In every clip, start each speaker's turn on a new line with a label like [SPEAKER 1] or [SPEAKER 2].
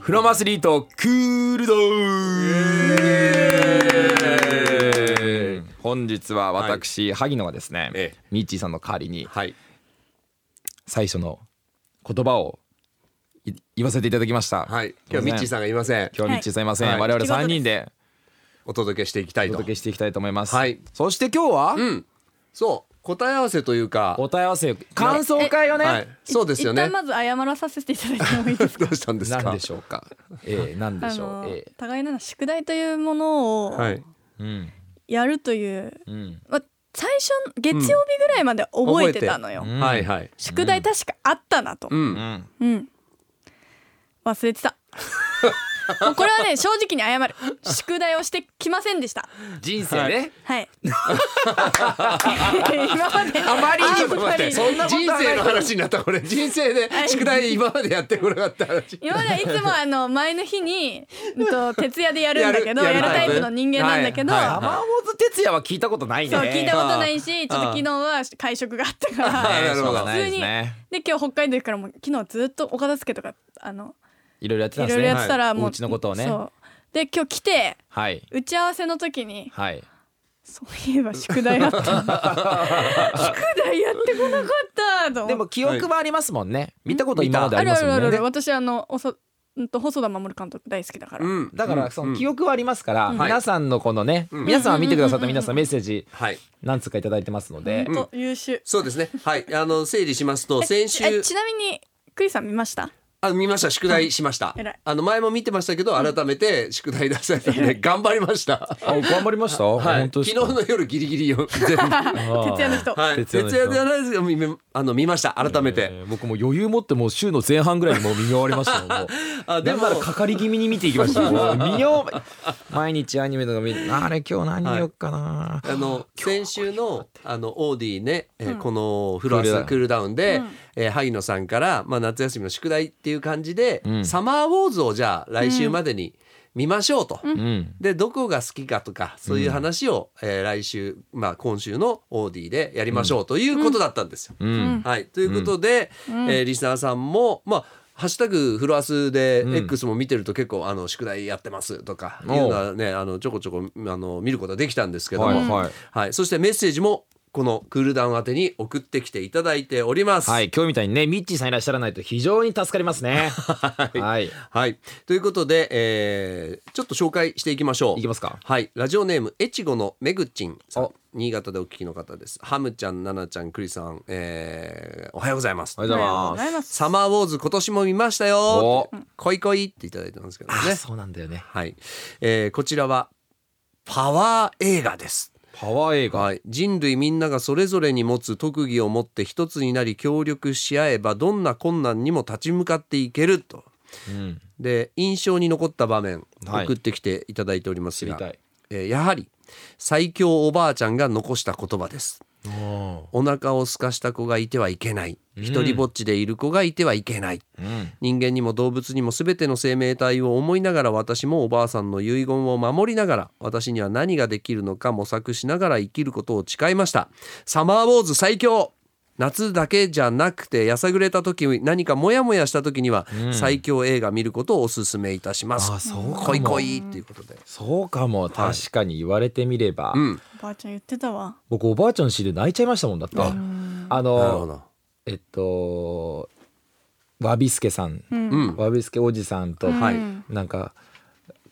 [SPEAKER 1] フロマスリートクールドーン本日は私、萩野がですね、
[SPEAKER 2] ええ
[SPEAKER 1] ミッチーさんの代わりに
[SPEAKER 2] はい。
[SPEAKER 1] 最初の言葉をい言わせていただきました、
[SPEAKER 2] はい。今日ミッチーさんがいません。
[SPEAKER 1] 今日はミッチーさんいません、
[SPEAKER 2] はい
[SPEAKER 1] 我々
[SPEAKER 3] 引き分
[SPEAKER 1] 3
[SPEAKER 3] けです
[SPEAKER 1] 人で
[SPEAKER 2] お届けしていきたい
[SPEAKER 1] お
[SPEAKER 2] と。
[SPEAKER 1] 届けしていきたいと思います、
[SPEAKER 2] はい
[SPEAKER 1] そして今日は、
[SPEAKER 2] そう。答え合わせというか。
[SPEAKER 1] お答え合わせ感想会をね、
[SPEAKER 2] はい。そうですよ
[SPEAKER 3] 一
[SPEAKER 2] ね
[SPEAKER 3] 旦。まず謝らさせていただいてもい いですか
[SPEAKER 2] どうしたんですか。
[SPEAKER 1] 何でしょうかええ何で
[SPEAKER 3] あ
[SPEAKER 1] しょう
[SPEAKER 3] の、
[SPEAKER 1] え
[SPEAKER 3] 互いなの宿題というものを
[SPEAKER 2] はい。
[SPEAKER 1] えうん
[SPEAKER 3] やるという、
[SPEAKER 1] うん
[SPEAKER 3] まあ最初月曜日ぐらいまで覚えてたのよ、
[SPEAKER 1] うん
[SPEAKER 2] はいはい。
[SPEAKER 3] 宿題確かあったなと、
[SPEAKER 2] う。
[SPEAKER 1] うんん
[SPEAKER 3] うん忘れ てたもうこれはね正直に謝る宿題をしてきませんでした
[SPEAKER 1] 人生ね、
[SPEAKER 3] はい 今まであ
[SPEAKER 1] まりにも
[SPEAKER 2] ちょっと待って。
[SPEAKER 3] そん
[SPEAKER 1] なことは
[SPEAKER 2] 人
[SPEAKER 1] ない
[SPEAKER 2] 生の話になったこれ。人生で
[SPEAKER 3] はい
[SPEAKER 2] 宿題今までやってこなかった話。
[SPEAKER 3] 今まではいつもあの前の日に、うんと、徹夜でやるんだけど
[SPEAKER 2] や
[SPEAKER 3] や
[SPEAKER 2] る
[SPEAKER 3] る
[SPEAKER 2] やる
[SPEAKER 3] タイプの人間なんだけど、
[SPEAKER 2] はいはいはい
[SPEAKER 1] 山本哲也は聞いたことないね
[SPEAKER 3] そう聞いたことないしちょっと昨日は会食があった か
[SPEAKER 2] あ
[SPEAKER 3] ら
[SPEAKER 2] なるほ
[SPEAKER 1] し
[SPEAKER 2] ど
[SPEAKER 1] ょうがないですね
[SPEAKER 3] で今日北海道行くからもう昨日ずっとお片付けとかあの
[SPEAKER 1] いろいろやってた
[SPEAKER 3] い
[SPEAKER 1] ん
[SPEAKER 3] ろ
[SPEAKER 1] です
[SPEAKER 3] い
[SPEAKER 1] ね
[SPEAKER 3] ろやってたら
[SPEAKER 1] はい
[SPEAKER 3] もう
[SPEAKER 1] お家のことをね
[SPEAKER 3] そうで今日来て
[SPEAKER 1] はい
[SPEAKER 3] 打ち合わせの時に
[SPEAKER 1] はい
[SPEAKER 3] そういえば宿題あ ったな宿題やってこなかったと
[SPEAKER 1] で
[SPEAKER 3] 思っ
[SPEAKER 1] も
[SPEAKER 3] て
[SPEAKER 1] 記憶はありますもんね見たこと今まであ
[SPEAKER 3] あ
[SPEAKER 1] り
[SPEAKER 3] る
[SPEAKER 1] ま
[SPEAKER 3] あ
[SPEAKER 1] す
[SPEAKER 3] るある
[SPEAKER 1] も
[SPEAKER 3] あ
[SPEAKER 1] んね
[SPEAKER 3] る私あのおそうんと細田守監督大好きだから、
[SPEAKER 2] うん。
[SPEAKER 1] だからその記憶はありますから
[SPEAKER 2] ん
[SPEAKER 1] 皆さんのこのね皆さんは見てくださった皆さんメッセージ
[SPEAKER 2] はい。
[SPEAKER 1] 何つかいただいてますので
[SPEAKER 3] ほんと優秀、
[SPEAKER 2] そうですね。はい。あの整理しますと
[SPEAKER 3] え
[SPEAKER 2] 先
[SPEAKER 3] え
[SPEAKER 2] 週
[SPEAKER 3] ちなみにクリさん見ました
[SPEAKER 2] あ見ました宿題しました
[SPEAKER 3] 偉い。
[SPEAKER 2] あの前も見てましたけど改めて宿題出されたんで頑張りました。
[SPEAKER 1] あ頑張りました
[SPEAKER 2] はい。
[SPEAKER 1] 本当
[SPEAKER 2] 昨
[SPEAKER 1] で
[SPEAKER 2] 日
[SPEAKER 1] すか
[SPEAKER 2] の夜ギリギリよ全部。
[SPEAKER 3] 徹夜の人
[SPEAKER 2] はい、
[SPEAKER 1] 徹
[SPEAKER 2] 徹
[SPEAKER 1] 夜の人
[SPEAKER 2] 夜ではないですけど見めあの見ました改めて、
[SPEAKER 1] えー僕もう余裕持ってもう週の前半ぐらいにもう見終わりましたよもう
[SPEAKER 2] あで
[SPEAKER 1] で
[SPEAKER 2] も
[SPEAKER 1] もかかり気味に見ていきましたよもう見よう毎日アニメとか見てあれ今日何見よっかな、
[SPEAKER 2] あの先週のあのオーディね、えーこのフロアスクールダウンで、えー萩野さんから、まあ、夏休みの宿題っていう感じで、
[SPEAKER 1] ん
[SPEAKER 2] サマーウォーズをじゃあ来週までに見ましょうと。
[SPEAKER 1] うん
[SPEAKER 2] でどこが好きかとかそういう話を、えー来週、まあ、今週のオーディでやりましょうということだったんですよ。
[SPEAKER 1] うん
[SPEAKER 2] はい、ということで、えーリスナーさんも、まあハッシュタグフロアスで
[SPEAKER 1] ん
[SPEAKER 2] X も見てると結構あの宿題やってますとかいうのはねあのちょこちょこあの見ることができたんですけども、
[SPEAKER 1] はいはい
[SPEAKER 2] はいそしてメッセージもこのクールダウン宛てに送ってきていただいております。
[SPEAKER 1] はい今日みたいにねミッチーさんいらっしゃらないと非常に助かりますねはい、
[SPEAKER 2] はい、ということで、えーちょっと紹介していきましょう。
[SPEAKER 1] いきますか
[SPEAKER 2] はい、ラジオネーム越後のめぐちんさん
[SPEAKER 1] お、
[SPEAKER 2] 新潟でお聞きの方です。ハムちゃん、ナナちゃん、クリさん、えーおはようございます
[SPEAKER 1] お。はようござい
[SPEAKER 3] おはよう
[SPEAKER 1] ま
[SPEAKER 3] ござい
[SPEAKER 1] す
[SPEAKER 3] ます
[SPEAKER 2] サマーウォーズ今年も見ましたよ
[SPEAKER 1] お。
[SPEAKER 2] こいこいっていただいてますけどね。
[SPEAKER 1] あそうなんだよね
[SPEAKER 2] はい、えーこちらはパワー映画です。
[SPEAKER 1] パワー映画、
[SPEAKER 2] はい、人類みんながそれぞれに持つ特技を持って一つになり協力し合えばどんな困難にも立ち向かっていけると
[SPEAKER 1] うん、
[SPEAKER 2] で印象に残った場面
[SPEAKER 1] はい
[SPEAKER 2] 送ってきていただいております
[SPEAKER 1] 知
[SPEAKER 2] が、
[SPEAKER 1] りたい
[SPEAKER 2] えーやはり最強おばあちゃんが残した言葉ですお腹を空かした子がいてはいけない一人ぼっちでいる子がいてはいけない、
[SPEAKER 1] うん
[SPEAKER 2] 人間にも動物にも全ての生命体を思いながら私もおばあさんの遺言を守りながら私には何ができるのか模索しながら生きることを誓いましたサマーウォーズ最強夏だけじゃなくてやさぐれた時何かモヤモヤした時には最強映画見ることをお勧めいたします、
[SPEAKER 1] あそうかも
[SPEAKER 2] こいこいっていうことで、
[SPEAKER 1] そうかも確かに言われてみれば、
[SPEAKER 2] うん、
[SPEAKER 3] おばあちゃん言ってたわ
[SPEAKER 1] 僕おばあちゃんの死で泣いちゃいましたもんだって
[SPEAKER 2] あ
[SPEAKER 1] あ
[SPEAKER 2] なる
[SPEAKER 1] の
[SPEAKER 2] ほど
[SPEAKER 1] えっとわびすけさん、
[SPEAKER 2] うん
[SPEAKER 1] わびすけおじさんと、
[SPEAKER 2] はい
[SPEAKER 1] なんか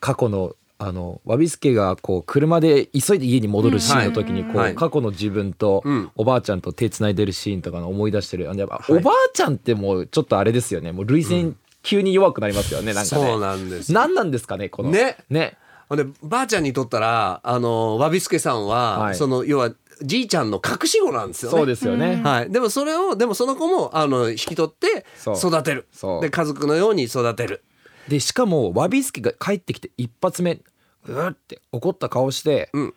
[SPEAKER 1] 過去のあのわびすけがこう車で急いで家に戻るシーンの時にこう、
[SPEAKER 2] はい
[SPEAKER 1] 過去の自分と
[SPEAKER 2] うん
[SPEAKER 1] おばあちゃんと手つないでるシーンとかの思い出してるあのやっぱ、
[SPEAKER 2] い
[SPEAKER 1] おばあちゃんってもうちょっとあれですよねもう涙腺急に弱くなりますよね、なんか
[SPEAKER 2] そう
[SPEAKER 1] ね。
[SPEAKER 2] なんです
[SPEAKER 1] 何なんですかねこの
[SPEAKER 2] ね
[SPEAKER 1] ね
[SPEAKER 2] ほんでばあちゃんにとったらあのわびすけさんは、
[SPEAKER 1] はい
[SPEAKER 2] その要はじいちゃんの隠し子なんですよね
[SPEAKER 1] そうですよね、
[SPEAKER 2] はい、でもそれをでもその子もあの引き取って
[SPEAKER 1] そう
[SPEAKER 2] 育てる
[SPEAKER 1] そう
[SPEAKER 2] で家族のように育てる
[SPEAKER 1] でしかもわびすけが帰ってきて一発目うーって怒った顔して、
[SPEAKER 2] うん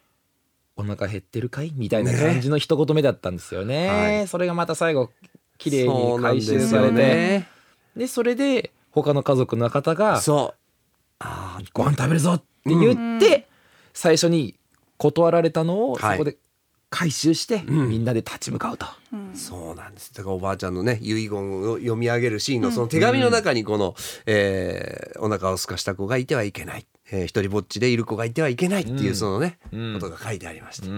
[SPEAKER 1] お腹減ってるかいみたいな感じの一言目だったんですよね
[SPEAKER 2] は
[SPEAKER 1] それがまた最後綺麗
[SPEAKER 2] そ
[SPEAKER 1] に
[SPEAKER 2] うなん
[SPEAKER 1] 回
[SPEAKER 2] ですよ
[SPEAKER 1] 収さ
[SPEAKER 2] ね
[SPEAKER 1] れてそで、それで他の家族の方が
[SPEAKER 2] そう
[SPEAKER 1] 「ご飯食べるぞ!」って言って、最初に断られたのを
[SPEAKER 2] は
[SPEAKER 1] そ
[SPEAKER 2] い
[SPEAKER 1] こで回収してみんなで立ち向かうと、
[SPEAKER 2] そうなんです。だからおばあちゃんのね遺言を読み上げるシーンのその手紙の中にこの、えーお腹を空かした子がいてはいけない、えー一人ぼっちでいる子がいてはいけないっていうそのね、ことが書いてありました。は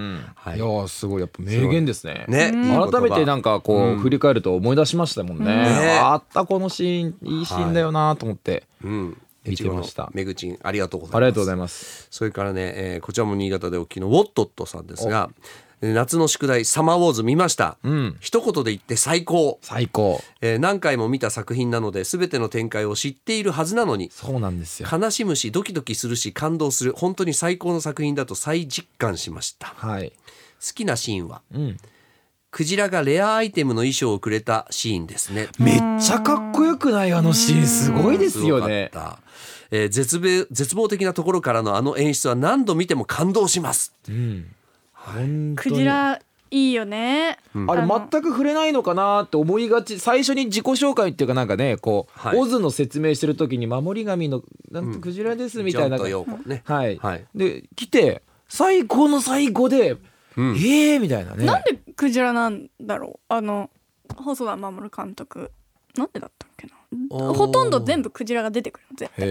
[SPEAKER 2] いい
[SPEAKER 1] や。ーすごいやっぱ名言ですね
[SPEAKER 2] ね、いい言葉
[SPEAKER 1] 改めてなんかこう振り返ると思い出しましたもんね,、
[SPEAKER 2] ね
[SPEAKER 1] あったこのシーンいいシーンだよなと思って、
[SPEAKER 2] うん、
[SPEAKER 1] 見てました
[SPEAKER 2] いちごのめぐちんありがとうございます。
[SPEAKER 1] ありがとうございます
[SPEAKER 2] それからね、えーこちらも新潟でお聞きのウォットットさんですが、えー夏の宿題サマーウォーズ見ました。
[SPEAKER 1] ん
[SPEAKER 2] 一言で言って最高。
[SPEAKER 1] 最高
[SPEAKER 2] えー何回も見た作品なので全ての展開を知っているはずなのに
[SPEAKER 1] そうなんですよ
[SPEAKER 2] 悲しむしドキドキするし感動する本当に最高の作品だと再実感しました好
[SPEAKER 1] はい
[SPEAKER 2] きなシーンは
[SPEAKER 1] うん
[SPEAKER 2] クジラがレアアイテムの衣装をくれたシーンですね
[SPEAKER 1] めっちゃかっこよくないあのシーンすごいですよね
[SPEAKER 2] ごかったえー絶望絶望的なところからのあの演出は何度見ても感動します
[SPEAKER 1] うん本当
[SPEAKER 3] ク
[SPEAKER 1] に
[SPEAKER 3] ジラいいよね。
[SPEAKER 1] あれ
[SPEAKER 3] あの
[SPEAKER 1] 全く触れないのかなって思いがち最初に自己紹介っていうかなんかねこう、
[SPEAKER 2] はい
[SPEAKER 1] オズの説明してる時に守り神のなんてクジラですみたいな、
[SPEAKER 2] ジョンとヨーコね
[SPEAKER 1] はい、
[SPEAKER 2] はい
[SPEAKER 1] で来て最高の最高で、
[SPEAKER 2] うん
[SPEAKER 1] ええー、みたいなね
[SPEAKER 3] なんでクジラなんだろうあの細田守監督なんでだったっけな
[SPEAKER 2] おー
[SPEAKER 3] ほとんど全部クジラが出てくるの絶対
[SPEAKER 1] へ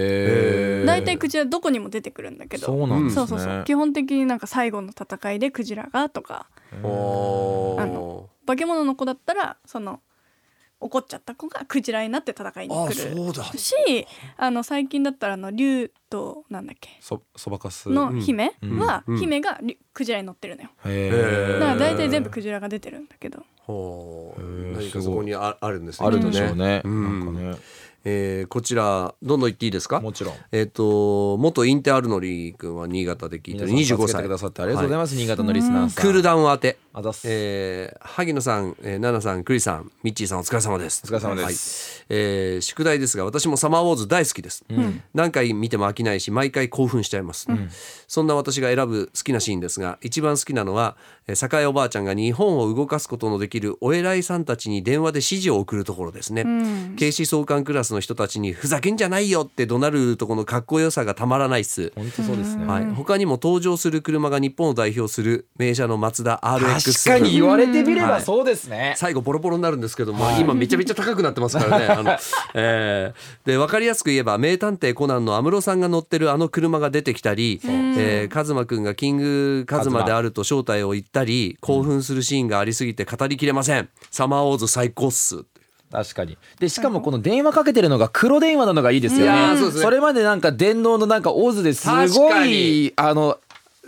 [SPEAKER 1] え
[SPEAKER 3] 大体クジラどこにも出てくるんだけど
[SPEAKER 1] そうなんですね、
[SPEAKER 3] そうそうそう基本的になんか最後の戦いでクジラがとか
[SPEAKER 2] お
[SPEAKER 3] あ
[SPEAKER 2] ー
[SPEAKER 3] の化け物の子だったらその怒っちゃった子がクジラになって戦いに
[SPEAKER 2] あ
[SPEAKER 3] 来
[SPEAKER 2] そう
[SPEAKER 3] る
[SPEAKER 2] だ
[SPEAKER 3] しあの最近だったらあの竜となんだっけ
[SPEAKER 1] そそばかす
[SPEAKER 3] の姫
[SPEAKER 1] うん
[SPEAKER 3] は
[SPEAKER 2] うん
[SPEAKER 3] 姫が竜クジラに乗ってるのよ
[SPEAKER 1] へ
[SPEAKER 2] へ
[SPEAKER 3] だ
[SPEAKER 2] ー
[SPEAKER 1] え
[SPEAKER 3] から大体全部クジラが出てるんだけど
[SPEAKER 2] ほう
[SPEAKER 1] へー
[SPEAKER 2] 何かそこにああるんですね
[SPEAKER 1] あるんでしょうね、
[SPEAKER 2] うん
[SPEAKER 1] なんかね
[SPEAKER 2] えーこちらどんどん言っていいですか
[SPEAKER 1] もちろん
[SPEAKER 2] えっ、と元インテアルノリ君は新潟で聞い
[SPEAKER 1] 皆
[SPEAKER 2] てる
[SPEAKER 1] さん助け
[SPEAKER 2] 25
[SPEAKER 1] て
[SPEAKER 2] 歳
[SPEAKER 1] くださってありがとうござい
[SPEAKER 2] は
[SPEAKER 1] ます、新潟のリスナーさん
[SPEAKER 2] クールダウン宛て
[SPEAKER 1] あざっす、
[SPEAKER 2] えー萩野さん、えー、奈々さん、クリさん、ミッチーさん、お疲れ様です。
[SPEAKER 1] お疲れ様です
[SPEAKER 2] はい、えー宿題ですが、私もサマーウォーズ大好きです。何回見ても飽きないし、毎回興奮しちゃいます。そんな私が選ぶ好きなシーンですが、一番好きなのは、えー、栄おばあちゃんが日本を動かすことのできるお偉いさんたちに電話で指示を送るところですね。警視総監クラスの人たちに、ふざけんじゃないよって怒鳴るとこのかっこよさがたまらないっす。
[SPEAKER 1] 本当そうですね、
[SPEAKER 2] はい、他にも登場する車が日本を代表する名車のマツダ RX
[SPEAKER 1] 確かに言われてみれ
[SPEAKER 2] は
[SPEAKER 1] ば
[SPEAKER 2] い
[SPEAKER 1] そうですね、
[SPEAKER 2] 最後ボロボロになるんですけども、今めちゃめちゃ高くなってますから ね。あのえーで分かりやすく言えば名探偵コナンの安室さんが乗ってるあの車が出てきたり、えー、カズマくんがキングカズマであると正体を言ったり興奮するシーンがありすぎて語りきれません。サマーウォーズ最高っす。
[SPEAKER 1] 確かにでしかもこの電話かけてるのが黒電話なのがいいですよ
[SPEAKER 2] いやー
[SPEAKER 1] ね
[SPEAKER 2] そうですね
[SPEAKER 1] れまでなんか電脳のなんかオズです
[SPEAKER 2] 確
[SPEAKER 1] ご
[SPEAKER 2] かに
[SPEAKER 1] いあの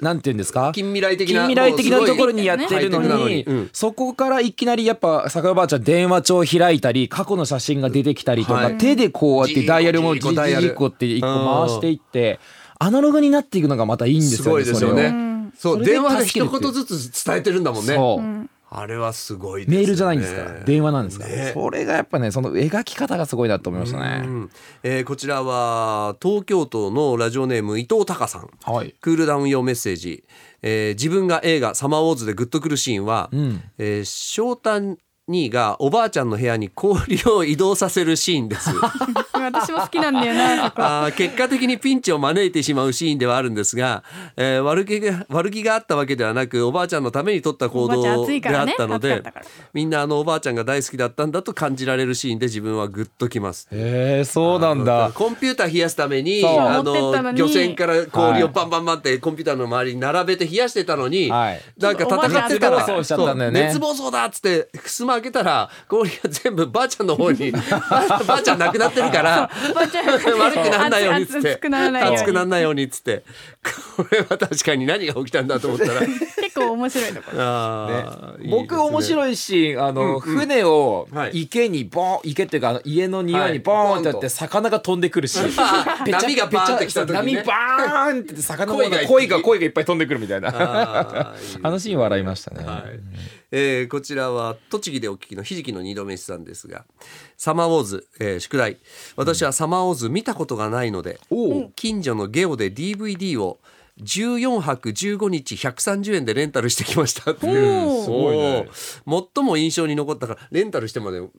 [SPEAKER 1] なんて言うんですか
[SPEAKER 2] 近未来的な
[SPEAKER 1] 近未来的なところにやってるの
[SPEAKER 2] もうすご
[SPEAKER 1] に、
[SPEAKER 2] いハイテクなのにうん
[SPEAKER 1] そこからいきなりやっぱ坂井おばあちゃん電話帳開いたり過去の写真が出てきたりとか、
[SPEAKER 2] はい
[SPEAKER 1] 手でこうやっ
[SPEAKER 2] ジー
[SPEAKER 1] て
[SPEAKER 2] コ
[SPEAKER 1] ダイヤルも
[SPEAKER 2] ジ
[SPEAKER 1] ジ
[SPEAKER 2] ーコダイヤル
[SPEAKER 1] ーコって一個回していってアナログになっていくのがまたいいんですすよ
[SPEAKER 2] ごい
[SPEAKER 1] ね
[SPEAKER 2] ですよね。そう
[SPEAKER 1] それで
[SPEAKER 2] 電話で
[SPEAKER 1] 助ける
[SPEAKER 2] 一
[SPEAKER 1] っていう
[SPEAKER 2] 言ずつ伝えてるんだもん
[SPEAKER 1] それ
[SPEAKER 2] ね。
[SPEAKER 1] をそう、
[SPEAKER 2] あれはすごいです
[SPEAKER 1] メ
[SPEAKER 2] よね
[SPEAKER 1] ールじゃないんですから、電話なんですから、
[SPEAKER 2] ね
[SPEAKER 1] それがやっぱねその描き方がすごいなと思いましたね、
[SPEAKER 2] うんえーこちらは東京都のラジオネーム伊藤隆さん
[SPEAKER 1] はい
[SPEAKER 2] クールダウン用メッセージ、えー自分が映画「サマーウォーズ」でグッとくるシーンは、
[SPEAKER 1] ん
[SPEAKER 2] えー翔太兄がおばあちゃんの部屋に氷を移動させるシーンです
[SPEAKER 3] 私も好きなんだ よなそこ
[SPEAKER 2] あー結果的にピンチを招いてしまうシーンではあるんですが、えー悪気が悪気があったわけではなくおばあちゃんのために取った行
[SPEAKER 3] おばあちゃん
[SPEAKER 2] 動
[SPEAKER 3] 暑い
[SPEAKER 2] で
[SPEAKER 3] か
[SPEAKER 2] あ
[SPEAKER 3] ら
[SPEAKER 2] っ
[SPEAKER 3] ね
[SPEAKER 2] たので、
[SPEAKER 3] 暑かったから
[SPEAKER 2] みんなあのおばあちゃんが大好きだったんだと感じられるシーンで自分はグッときます
[SPEAKER 1] へえそうなんだ。
[SPEAKER 2] コンピューター冷やすために、
[SPEAKER 1] そう
[SPEAKER 2] あ
[SPEAKER 3] 持ってったの
[SPEAKER 2] の、
[SPEAKER 3] に
[SPEAKER 2] 漁船から氷を
[SPEAKER 1] はい
[SPEAKER 2] バンバンバンってコンピューターの周りに並べて冷やしてたのに、
[SPEAKER 1] はい
[SPEAKER 2] なんか戦ってたら、
[SPEAKER 1] ちょっとおばあちゃん熱暴走しちゃったんだよね
[SPEAKER 2] そう熱暴走だっつって、襖開けたら、氷が全部ばあちゃんの 方に、ばあちゃん亡くなってるから、
[SPEAKER 3] ばあちゃん
[SPEAKER 2] 悪くならないようにっつって。
[SPEAKER 3] 熱くならないように
[SPEAKER 2] 熱くならないようにっつって。これは確かに何が起きたんだと 思ったら、
[SPEAKER 3] 結構面白いところ
[SPEAKER 2] あー
[SPEAKER 1] 僕面
[SPEAKER 2] い。
[SPEAKER 1] 白いシーンあの、船を
[SPEAKER 2] はい
[SPEAKER 1] 池にボーン、池っていうかあの家の庭にボ
[SPEAKER 2] は
[SPEAKER 1] ー
[SPEAKER 2] い
[SPEAKER 1] ンってやって魚が飛んでくるし、
[SPEAKER 2] あ
[SPEAKER 1] ペチャ
[SPEAKER 2] 波がバーンって来た時にね
[SPEAKER 1] 波バーンって魚の
[SPEAKER 2] 鯉がいっぱい
[SPEAKER 1] 鯉が鯉がいっぱい飛んでくるみたいな
[SPEAKER 2] あーいいですね
[SPEAKER 1] あのシーン笑いましたね、
[SPEAKER 2] はいえーこちらは栃木でお聞きのひじきの二度飯さんですが「サマーウォーズ、えー宿題私はサマーウォーズ見たことがないので
[SPEAKER 1] おう
[SPEAKER 2] 近所のゲオで DVD を、 14泊15日130円でレンタルしてきましたっていう
[SPEAKER 3] おー
[SPEAKER 4] すごいね
[SPEAKER 2] おー最も印象に残ったからレンタルしてまで見
[SPEAKER 4] あ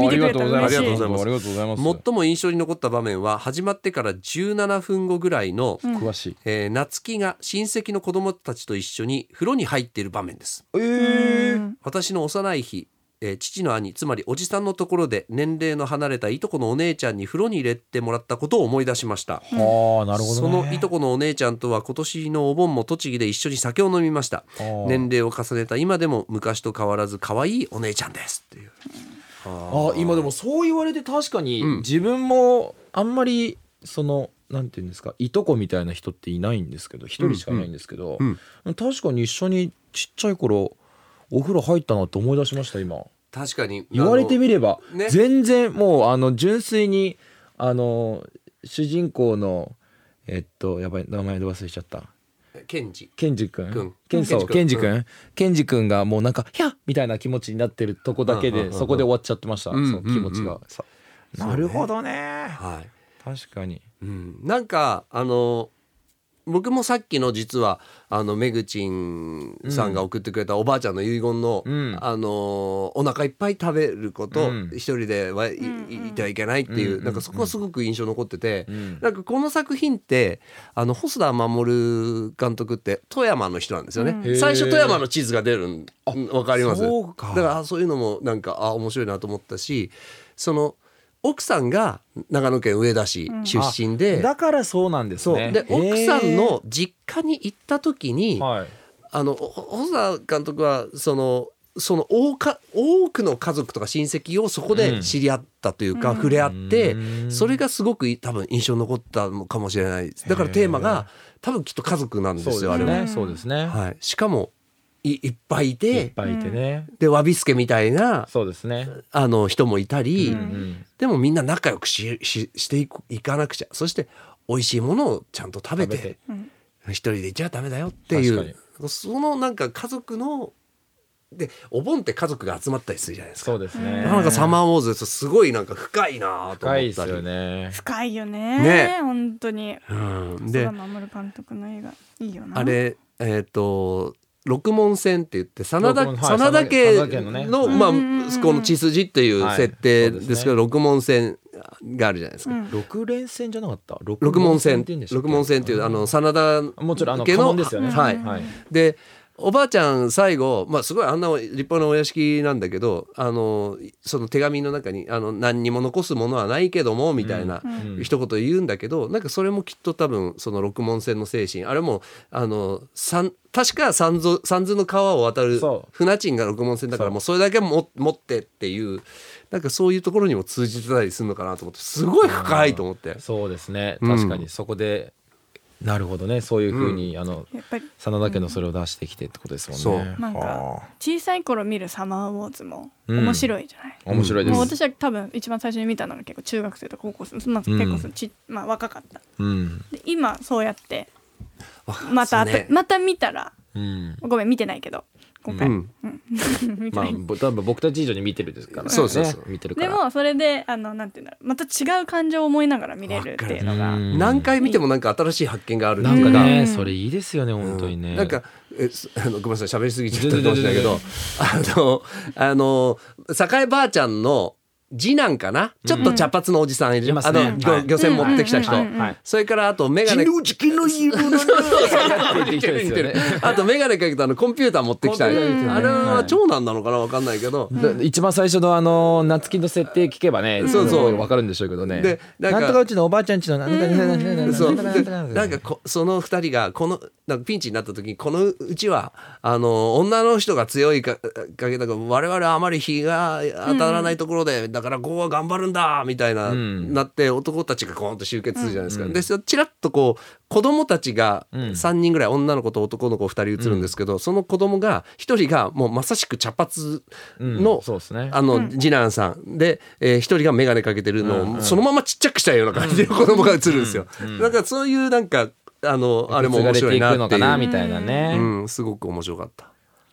[SPEAKER 3] 見
[SPEAKER 4] あ
[SPEAKER 3] て
[SPEAKER 4] り
[SPEAKER 3] く
[SPEAKER 4] が
[SPEAKER 3] れ
[SPEAKER 4] と
[SPEAKER 3] た
[SPEAKER 4] うございま
[SPEAKER 3] ら
[SPEAKER 2] 嬉し
[SPEAKER 4] す
[SPEAKER 2] い
[SPEAKER 4] ありがとうございます
[SPEAKER 2] 最も印象に残った場面は始まってから17分後ぐらいの、
[SPEAKER 4] 詳しい
[SPEAKER 2] えー夏希が親戚の子供たちと一緒に風呂に入っている場面です
[SPEAKER 4] えー
[SPEAKER 2] 私の幼い日、えー父の兄つまりおじさんのところで年齢の離れたいとこのお姉ちゃんに風呂に入れてもらったことを思い出しました
[SPEAKER 1] ああなるほど、ね、
[SPEAKER 2] そのいとこのお姉ちゃんとは今年のお盆も栃木で一緒に酒を飲みました
[SPEAKER 1] ー
[SPEAKER 2] 年齢を重ねた今でも昔と変わらず可愛いお姉ちゃんですっていう
[SPEAKER 1] あ今でもそう言われて確かに自分もあんまりそのなんていうんですかいとこみたいな人っていないんですけど一人しかいないんですけど、
[SPEAKER 2] うん
[SPEAKER 1] 確かに一緒にちっちゃい頃お風呂入ったなって思い出しました今
[SPEAKER 2] 確かに
[SPEAKER 1] 言われてみれば、
[SPEAKER 2] あのね
[SPEAKER 1] 全然もうあの純粋にあの主人公のえっとやばい名前で忘れちゃった
[SPEAKER 2] あのケンジ
[SPEAKER 1] ケンジ君
[SPEAKER 2] くん
[SPEAKER 1] ケンそう
[SPEAKER 2] ケ
[SPEAKER 1] ケ
[SPEAKER 2] ン
[SPEAKER 1] ン
[SPEAKER 2] ジ
[SPEAKER 1] ジ
[SPEAKER 2] くん
[SPEAKER 1] 君ケンジ君がもうなんか「ひゃっ!」みたいな気持ちになってるとこだけ
[SPEAKER 2] うんうんうん
[SPEAKER 1] で
[SPEAKER 2] うん
[SPEAKER 1] そこで終わっちゃってました、
[SPEAKER 2] うん
[SPEAKER 1] その気持ち
[SPEAKER 2] うん
[SPEAKER 1] が、さなるほどね
[SPEAKER 2] はい
[SPEAKER 1] 確かに
[SPEAKER 2] うん、なんかあの僕もさっきの実はあのめぐちんさんが送ってくれたおばあちゃんの遺言の、
[SPEAKER 1] うん
[SPEAKER 2] あのお腹いっぱい食べること、
[SPEAKER 1] うん
[SPEAKER 2] 一人ではいいいてはいけないっていう、
[SPEAKER 1] うん
[SPEAKER 2] なんかそこはすごく印象残ってて、
[SPEAKER 1] ん
[SPEAKER 2] なんかこの作品ってあの細田守監督って富山の人なんですよね、
[SPEAKER 1] へー
[SPEAKER 2] 最初富山の地図が出るんわかります
[SPEAKER 1] そうか
[SPEAKER 2] だからそういうのもなんかあ面白いなと思ったしその奥さんが長野県上田市出身で、
[SPEAKER 1] だからそうなんです
[SPEAKER 2] そう
[SPEAKER 1] ね
[SPEAKER 2] で
[SPEAKER 1] へー
[SPEAKER 2] 奥さんの実家に行った時に、
[SPEAKER 1] はい
[SPEAKER 2] あのほ細田監督はそのその多か多くの家族とか親戚をそこで知り合ったというか、触れ合って、
[SPEAKER 1] うん
[SPEAKER 2] それがすごく多分印象に残ったのかもしれないですだからテーマが多分きっと家族なんですよ
[SPEAKER 1] そう
[SPEAKER 2] あ
[SPEAKER 1] で
[SPEAKER 2] れ
[SPEAKER 1] す
[SPEAKER 2] は、
[SPEAKER 1] ねそうですね、
[SPEAKER 2] はい、しかもいいっぱいい
[SPEAKER 1] い、っ
[SPEAKER 2] て
[SPEAKER 1] ぱいいてね、
[SPEAKER 2] で侘助みたいな
[SPEAKER 1] そうですね
[SPEAKER 2] あの人もいたり、
[SPEAKER 1] うん
[SPEAKER 2] でもみんな仲良くしししていくいかなくちゃそして美味しいものをちゃんと食べて
[SPEAKER 1] 食べて
[SPEAKER 3] うん
[SPEAKER 2] 一人で行っちゃダメだよっていう
[SPEAKER 1] 確
[SPEAKER 2] そのなんか家族のでお盆って家族が集まったりするじゃないですか。
[SPEAKER 1] そうですね
[SPEAKER 2] なんかサマーウォーズすごいなんか深いなと思った
[SPEAKER 1] 深い
[SPEAKER 2] り。
[SPEAKER 1] ですよね
[SPEAKER 3] 深いよね
[SPEAKER 2] ね
[SPEAKER 3] 本当に
[SPEAKER 2] うん、
[SPEAKER 3] で
[SPEAKER 2] で
[SPEAKER 3] 守監督の映画いいよな
[SPEAKER 2] あれえっ、と六門線って言って真田,、
[SPEAKER 1] 六門はい
[SPEAKER 2] 真田
[SPEAKER 1] 真
[SPEAKER 2] 家
[SPEAKER 1] 田家のね
[SPEAKER 2] の
[SPEAKER 1] はい
[SPEAKER 2] まあ
[SPEAKER 3] うんうんうん
[SPEAKER 2] そこの血筋っていう
[SPEAKER 1] はい
[SPEAKER 2] 設
[SPEAKER 1] そ
[SPEAKER 2] 定
[SPEAKER 1] うですね
[SPEAKER 2] ですけど、六門線があるじゃないですか。
[SPEAKER 3] うん
[SPEAKER 1] 六連戦じゃなかった六
[SPEAKER 2] 六門線
[SPEAKER 1] っていうんでしたっ
[SPEAKER 2] 六
[SPEAKER 1] け
[SPEAKER 2] 門線っていうあの真田家の
[SPEAKER 1] もちろんあの家紋ですよね
[SPEAKER 2] はい、
[SPEAKER 1] はい
[SPEAKER 2] でおばあちゃん最後、まあ、すごいあんな立派なお屋敷なんだけどあのその手紙の中にあの「何にも残すものはないけども」みたいな
[SPEAKER 1] うん
[SPEAKER 2] 一言言うんだけど、なんかそれもきっと多分その六門線の精神あれもあの三確か三途三途の川を渡る
[SPEAKER 1] そう
[SPEAKER 2] 船賃が六門線だか
[SPEAKER 1] そ
[SPEAKER 2] ら
[SPEAKER 1] う
[SPEAKER 2] もうそれだけも持ってっていうなんかそういうところにも通じてたりするのかなと思ってすごい深いと思って。
[SPEAKER 1] そうですね
[SPEAKER 2] うん
[SPEAKER 1] 確かにそこで、なるほどねそういうふうに、あの
[SPEAKER 3] やっぱり
[SPEAKER 1] 真田家のそれを出してきてってことですもんね。
[SPEAKER 2] そう
[SPEAKER 3] なんか小さい頃見るサマーウォーズも
[SPEAKER 1] うん
[SPEAKER 3] 面白いじゃない、
[SPEAKER 1] 面白いで
[SPEAKER 3] もう
[SPEAKER 1] す。
[SPEAKER 3] 私は多分一番最初に見たのが結構中学生とか高校生、まあ、
[SPEAKER 1] うん
[SPEAKER 3] 結構そのち、まあ、若かった
[SPEAKER 1] うん、
[SPEAKER 3] で今そうやって
[SPEAKER 2] わかる
[SPEAKER 3] またあと、
[SPEAKER 2] ね
[SPEAKER 3] また見たら
[SPEAKER 1] うん、
[SPEAKER 3] ごめん見てないけど今
[SPEAKER 2] う
[SPEAKER 3] 回、
[SPEAKER 2] ん、
[SPEAKER 3] 見て
[SPEAKER 1] ま
[SPEAKER 3] な
[SPEAKER 1] あ
[SPEAKER 3] い、
[SPEAKER 1] ぼ多分僕たち以上に見てるですからね。
[SPEAKER 2] そうそうそう
[SPEAKER 1] 見てるか
[SPEAKER 3] で
[SPEAKER 1] ら。
[SPEAKER 3] もそれであのなんていうんだろうまた違う感情を思いながら見れるっていうのが
[SPEAKER 1] うん
[SPEAKER 2] 何回見てもなんか新しい発見があるって
[SPEAKER 1] ないん
[SPEAKER 2] う
[SPEAKER 1] か
[SPEAKER 2] か
[SPEAKER 1] ね、それいいですよね本当にね。
[SPEAKER 2] なんかえす あのごめんなさい喋りすぎちゃったかもしれないけどあのあの栄ばあちゃんの次男かなちょっと茶髪のおじさんいる、
[SPEAKER 1] います
[SPEAKER 2] あ
[SPEAKER 1] ね
[SPEAKER 2] の、漁
[SPEAKER 1] はい
[SPEAKER 2] 漁船持ってきた人、
[SPEAKER 1] はいはい
[SPEAKER 2] それからあと眼鏡
[SPEAKER 1] チキンの色なんだ。そうそうそう
[SPEAKER 2] 似てる あと眼鏡かけたあのコンピューター持ってきた、
[SPEAKER 1] コンピューターですよね
[SPEAKER 2] あれ
[SPEAKER 1] は
[SPEAKER 2] はい長男なのかなわかんないけど、
[SPEAKER 1] だ一番最初のあの夏希の設定聞けばね、
[SPEAKER 2] そうそう
[SPEAKER 1] わかるんでしょうけどね。
[SPEAKER 2] でな
[SPEAKER 1] なん
[SPEAKER 2] んか
[SPEAKER 1] とかうちのおばあちゃんちのなんとかなんとかなんと
[SPEAKER 2] そう
[SPEAKER 1] か
[SPEAKER 2] で
[SPEAKER 1] なんとかなんとか
[SPEAKER 2] なんかこその2人がこのなんかピンチになった時にこのうちはあの女の人が強いかかけだから我々はあまり日が当たらないところで、だからここは頑張るんだみたいな、
[SPEAKER 1] ん
[SPEAKER 2] なって男たちがコーンと集結するじゃないですか。でそちらっとこう子供たちが3人ぐらい、女の子と男の子2人映るんですけど、その子供が1人がもうまさしく茶髪の、
[SPEAKER 1] うんそうですね。
[SPEAKER 2] あの次男さんで一、えー、一人が眼鏡かけてるのをそのままちっちゃくしたような感じで子供が映るんですよ。なんかそういうなんかあのあれも面白いな
[SPEAKER 1] 受け継がれてい
[SPEAKER 2] っ
[SPEAKER 1] く
[SPEAKER 2] て
[SPEAKER 1] のかなみた
[SPEAKER 2] いう、
[SPEAKER 1] いなね。
[SPEAKER 2] うん、すごく面白かった。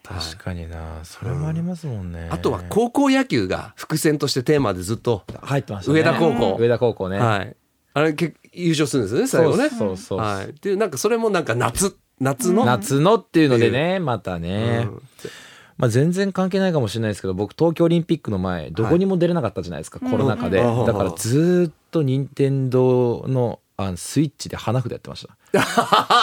[SPEAKER 1] 確かになそれもありますもんね、
[SPEAKER 2] あとは高校野球が伏線としてテーマでずっと、
[SPEAKER 1] 入ってましたね
[SPEAKER 2] 上田高校、
[SPEAKER 1] 上田高校ね、
[SPEAKER 2] はい、あれけ優勝するんですよね最後ね。
[SPEAKER 1] そうそうそう
[SPEAKER 2] はい、っていうなんかそれもなんか夏夏の、
[SPEAKER 1] 夏のっていうのでねまたね、
[SPEAKER 2] うん
[SPEAKER 1] まあ、全然関係ないかもしれないですけど僕東京オリンピックの前どこにも出れなかったじゃないですか、コロナ禍で、
[SPEAKER 2] うん
[SPEAKER 1] だからずーっと任天堂のあのスイッチで花札やってました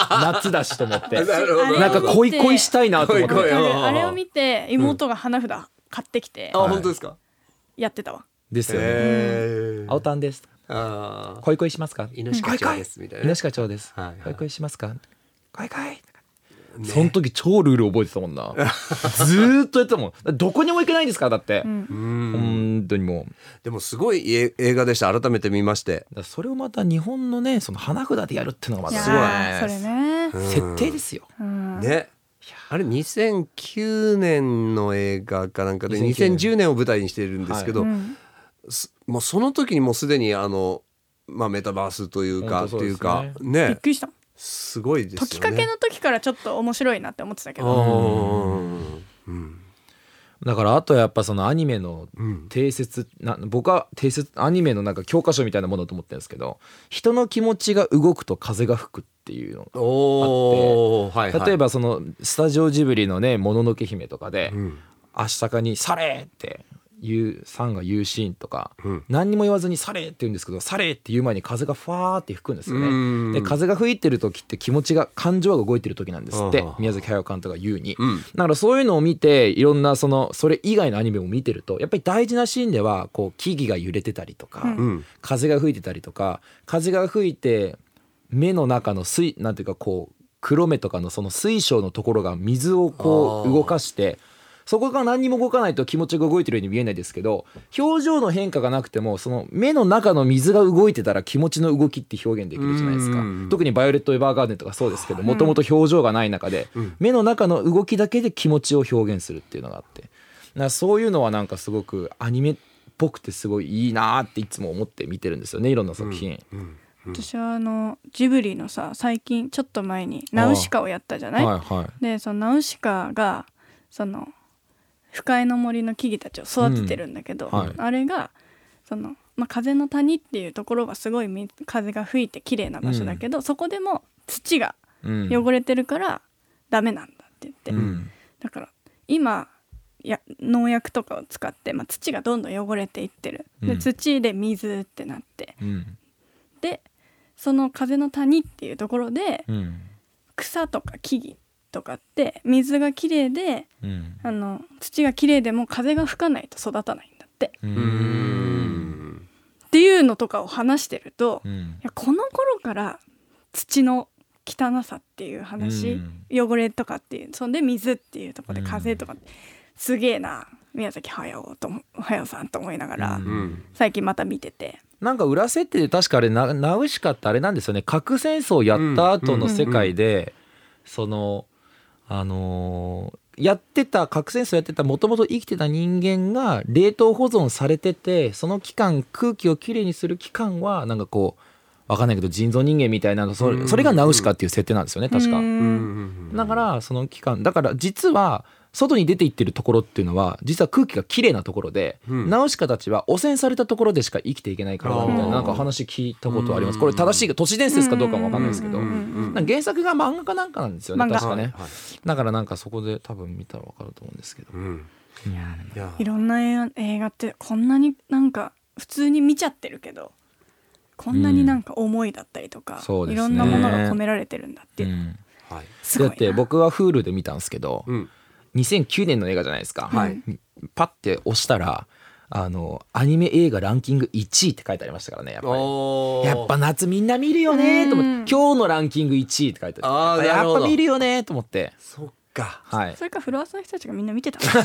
[SPEAKER 1] 夏だしと思って
[SPEAKER 2] なるほど
[SPEAKER 1] なんか恋恋したいなと思っ
[SPEAKER 2] 恋恋
[SPEAKER 1] て
[SPEAKER 2] や
[SPEAKER 3] あれ
[SPEAKER 2] ああ
[SPEAKER 3] あれを見て妹が花札買ってきて
[SPEAKER 2] あ本当ですか。
[SPEAKER 3] やってたわ
[SPEAKER 1] ですよね「
[SPEAKER 2] へー
[SPEAKER 1] 青タンです
[SPEAKER 2] あ」ー
[SPEAKER 1] 恋恋しますか?」
[SPEAKER 2] イノシカチョウですみたいなね。
[SPEAKER 1] 稲鹿町です。
[SPEAKER 2] はいはい
[SPEAKER 1] 恋恋しますか。恋恋。
[SPEAKER 2] ね
[SPEAKER 1] その時超ルール覚えてたもん な。ずーっとやってたもん。どこにも行けないんですからだって。本当にもう。だか
[SPEAKER 2] でもすごいえ映画でした改めて見まして。
[SPEAKER 1] らそれをまた日本のね、その花札でやるっていうのがま
[SPEAKER 3] い
[SPEAKER 1] た
[SPEAKER 3] や
[SPEAKER 1] すごい。
[SPEAKER 3] ーそれね
[SPEAKER 1] 設定ですよ。
[SPEAKER 2] ね。あれ2009年の映画かなんかで
[SPEAKER 1] 2009
[SPEAKER 2] 2010年を舞台にしてるんですけど、すもうその時にもうすでにあの、まあ、メタバースというか
[SPEAKER 1] 本当そ
[SPEAKER 2] と
[SPEAKER 1] うで
[SPEAKER 2] いう
[SPEAKER 1] すね
[SPEAKER 2] か
[SPEAKER 3] び
[SPEAKER 2] ね
[SPEAKER 3] っくりした
[SPEAKER 2] すごいですよね。
[SPEAKER 3] 解きかけの時からちょっと面白いなって思ってたけ
[SPEAKER 2] あ
[SPEAKER 3] ど
[SPEAKER 2] ーうん
[SPEAKER 1] だからあとやっぱそのアニメの
[SPEAKER 2] うん
[SPEAKER 1] 定説、な僕は定説アニメのなんか教科書みたいなものだと思ってるんですけど人の気持ちが動くと風が吹くっていうの
[SPEAKER 2] おーはいはい、
[SPEAKER 1] 例えばそのスタジオジブリのね「もののけ姫」とかで、
[SPEAKER 2] うん
[SPEAKER 1] 明日かに「され!」って言うさんが言うシーンとか、
[SPEAKER 2] うん
[SPEAKER 1] 何にも言わずに「され!」って言うんですけど「され!」って言う前に風がファーって吹くんですよ
[SPEAKER 2] うん
[SPEAKER 1] ね。で風が吹いてる時って気持ちが感情が動いてる時なんですっ
[SPEAKER 2] あ
[SPEAKER 1] て
[SPEAKER 2] はは
[SPEAKER 1] 宮崎駿監督が言うに。
[SPEAKER 2] うん
[SPEAKER 1] だからそういうのを見ていろんなそのそれ以外のアニメを見てるとやっぱり大事なシーンではこう木々が揺れてたりとか、
[SPEAKER 2] ん
[SPEAKER 1] 風が吹いてたりとか風が吹いて目の中の水なんていうかこう黒目とかのその水晶のところが水をこ
[SPEAKER 2] あ
[SPEAKER 1] う
[SPEAKER 2] ー
[SPEAKER 1] 動かしてそこが何にも動かないと気持ちが動いてるように見えないですけど表情の変化がなくてもその目の中の水が動いてたら気持ちの動きって表現できるじゃないですか
[SPEAKER 2] うん
[SPEAKER 1] 特に「バイオレット・エヴァーガーデン」とかそうですけどもともと表情がない中で目の中の動きだけで気持ちを表現するっていうのがあってだからそういうのはなんかすごくアニメっぽくてすごいいいなーっていつも思って見てるんですよねいろんな作品。
[SPEAKER 3] 私はあのジブリのさ最近ちょっと前にナウシカをやったじゃない、
[SPEAKER 1] はいはい
[SPEAKER 3] でそのナウシカがその深井の森の木々たちを育ててるんだけ
[SPEAKER 1] う
[SPEAKER 3] ど、
[SPEAKER 1] んはい
[SPEAKER 3] あれがその、まあ、風の谷っていうところはすごいみ風が吹いて綺麗な場所だけど、そこでも土が
[SPEAKER 1] うん
[SPEAKER 3] 汚れてるからダメなんだって言って、
[SPEAKER 1] うん
[SPEAKER 3] だから今や農薬とかを使って、まあ、土がどんどん汚れていってる、
[SPEAKER 1] う
[SPEAKER 3] で
[SPEAKER 1] ん
[SPEAKER 3] 土で水ってなって
[SPEAKER 1] うん
[SPEAKER 3] でその風の谷っていうところで
[SPEAKER 1] うん
[SPEAKER 3] 草とか木々とかって水が綺麗で
[SPEAKER 1] うん
[SPEAKER 3] あの土が綺麗でも風が吹かないと育たないんだって
[SPEAKER 1] う
[SPEAKER 2] うんん
[SPEAKER 3] っていうのとかを話してると、
[SPEAKER 1] う
[SPEAKER 3] い
[SPEAKER 1] ん
[SPEAKER 3] やこの頃から土の汚さっていう話、汚れとかっていうそんで水っていうところで風とか、すげえな宮崎駿とも駿さんと思いながら、
[SPEAKER 1] うん
[SPEAKER 2] うん
[SPEAKER 3] 最近また見てて
[SPEAKER 1] なんか裏設定で確かあれなナウシカってあれなんですよね核戦争やった後の世界で、そのあのーやってた核戦争やってたもともと生きてた人間が冷凍保存されててその期間空気をきれいにする期間はなんかこうわかんないけど人造人間みたいなそれそれがナウシカっていう設定なんですよね確か。
[SPEAKER 2] う
[SPEAKER 3] うん
[SPEAKER 2] ん
[SPEAKER 1] だからその期間だから実は外に出ていってるところっていうのは実は空気がきれいなところで、
[SPEAKER 2] うん
[SPEAKER 1] ナウシカたちは汚染されたところでしか生きていけないからだみたい
[SPEAKER 2] あー
[SPEAKER 1] ななんか話聞いたことありま
[SPEAKER 2] う
[SPEAKER 1] す
[SPEAKER 2] ん
[SPEAKER 1] これ正しいか都市伝説かどうかもわかんないですけど、
[SPEAKER 3] うん
[SPEAKER 1] なんか原作が漫画かなんかなんですよね
[SPEAKER 3] 漫画
[SPEAKER 1] 確かね、
[SPEAKER 2] はいはい
[SPEAKER 1] だからなんかそこで多分見たらわかると思うんですけど、
[SPEAKER 2] うんいや
[SPEAKER 3] いろんな映画映画ってこんなになんか普通に見ちゃってるけどこんなになんか思いだったりとか、
[SPEAKER 1] そう
[SPEAKER 3] い
[SPEAKER 1] ですね
[SPEAKER 3] ろんなものが込められてるんだって、
[SPEAKER 1] うん
[SPEAKER 2] はい
[SPEAKER 3] すごい
[SPEAKER 1] だ
[SPEAKER 3] な
[SPEAKER 1] って僕は Hulu で見たんですけど、
[SPEAKER 2] うん
[SPEAKER 1] 2009年の映画じゃないですか、
[SPEAKER 2] はい
[SPEAKER 1] パッて押したらあのアニメ映画ランキング1位って書いてありましたからねやっぱり。
[SPEAKER 2] おー
[SPEAKER 1] やっぱ夏みんな見るよねと思
[SPEAKER 3] うん
[SPEAKER 1] って今日のランキング1位って書いて
[SPEAKER 2] あ
[SPEAKER 1] あ
[SPEAKER 2] ー
[SPEAKER 1] る
[SPEAKER 2] な
[SPEAKER 1] や
[SPEAKER 2] るほ
[SPEAKER 1] っ
[SPEAKER 2] ど
[SPEAKER 1] ぱ見るよねと思って
[SPEAKER 2] そっか
[SPEAKER 1] はい
[SPEAKER 3] それからフロアスの人たちがみんな見てた
[SPEAKER 2] 可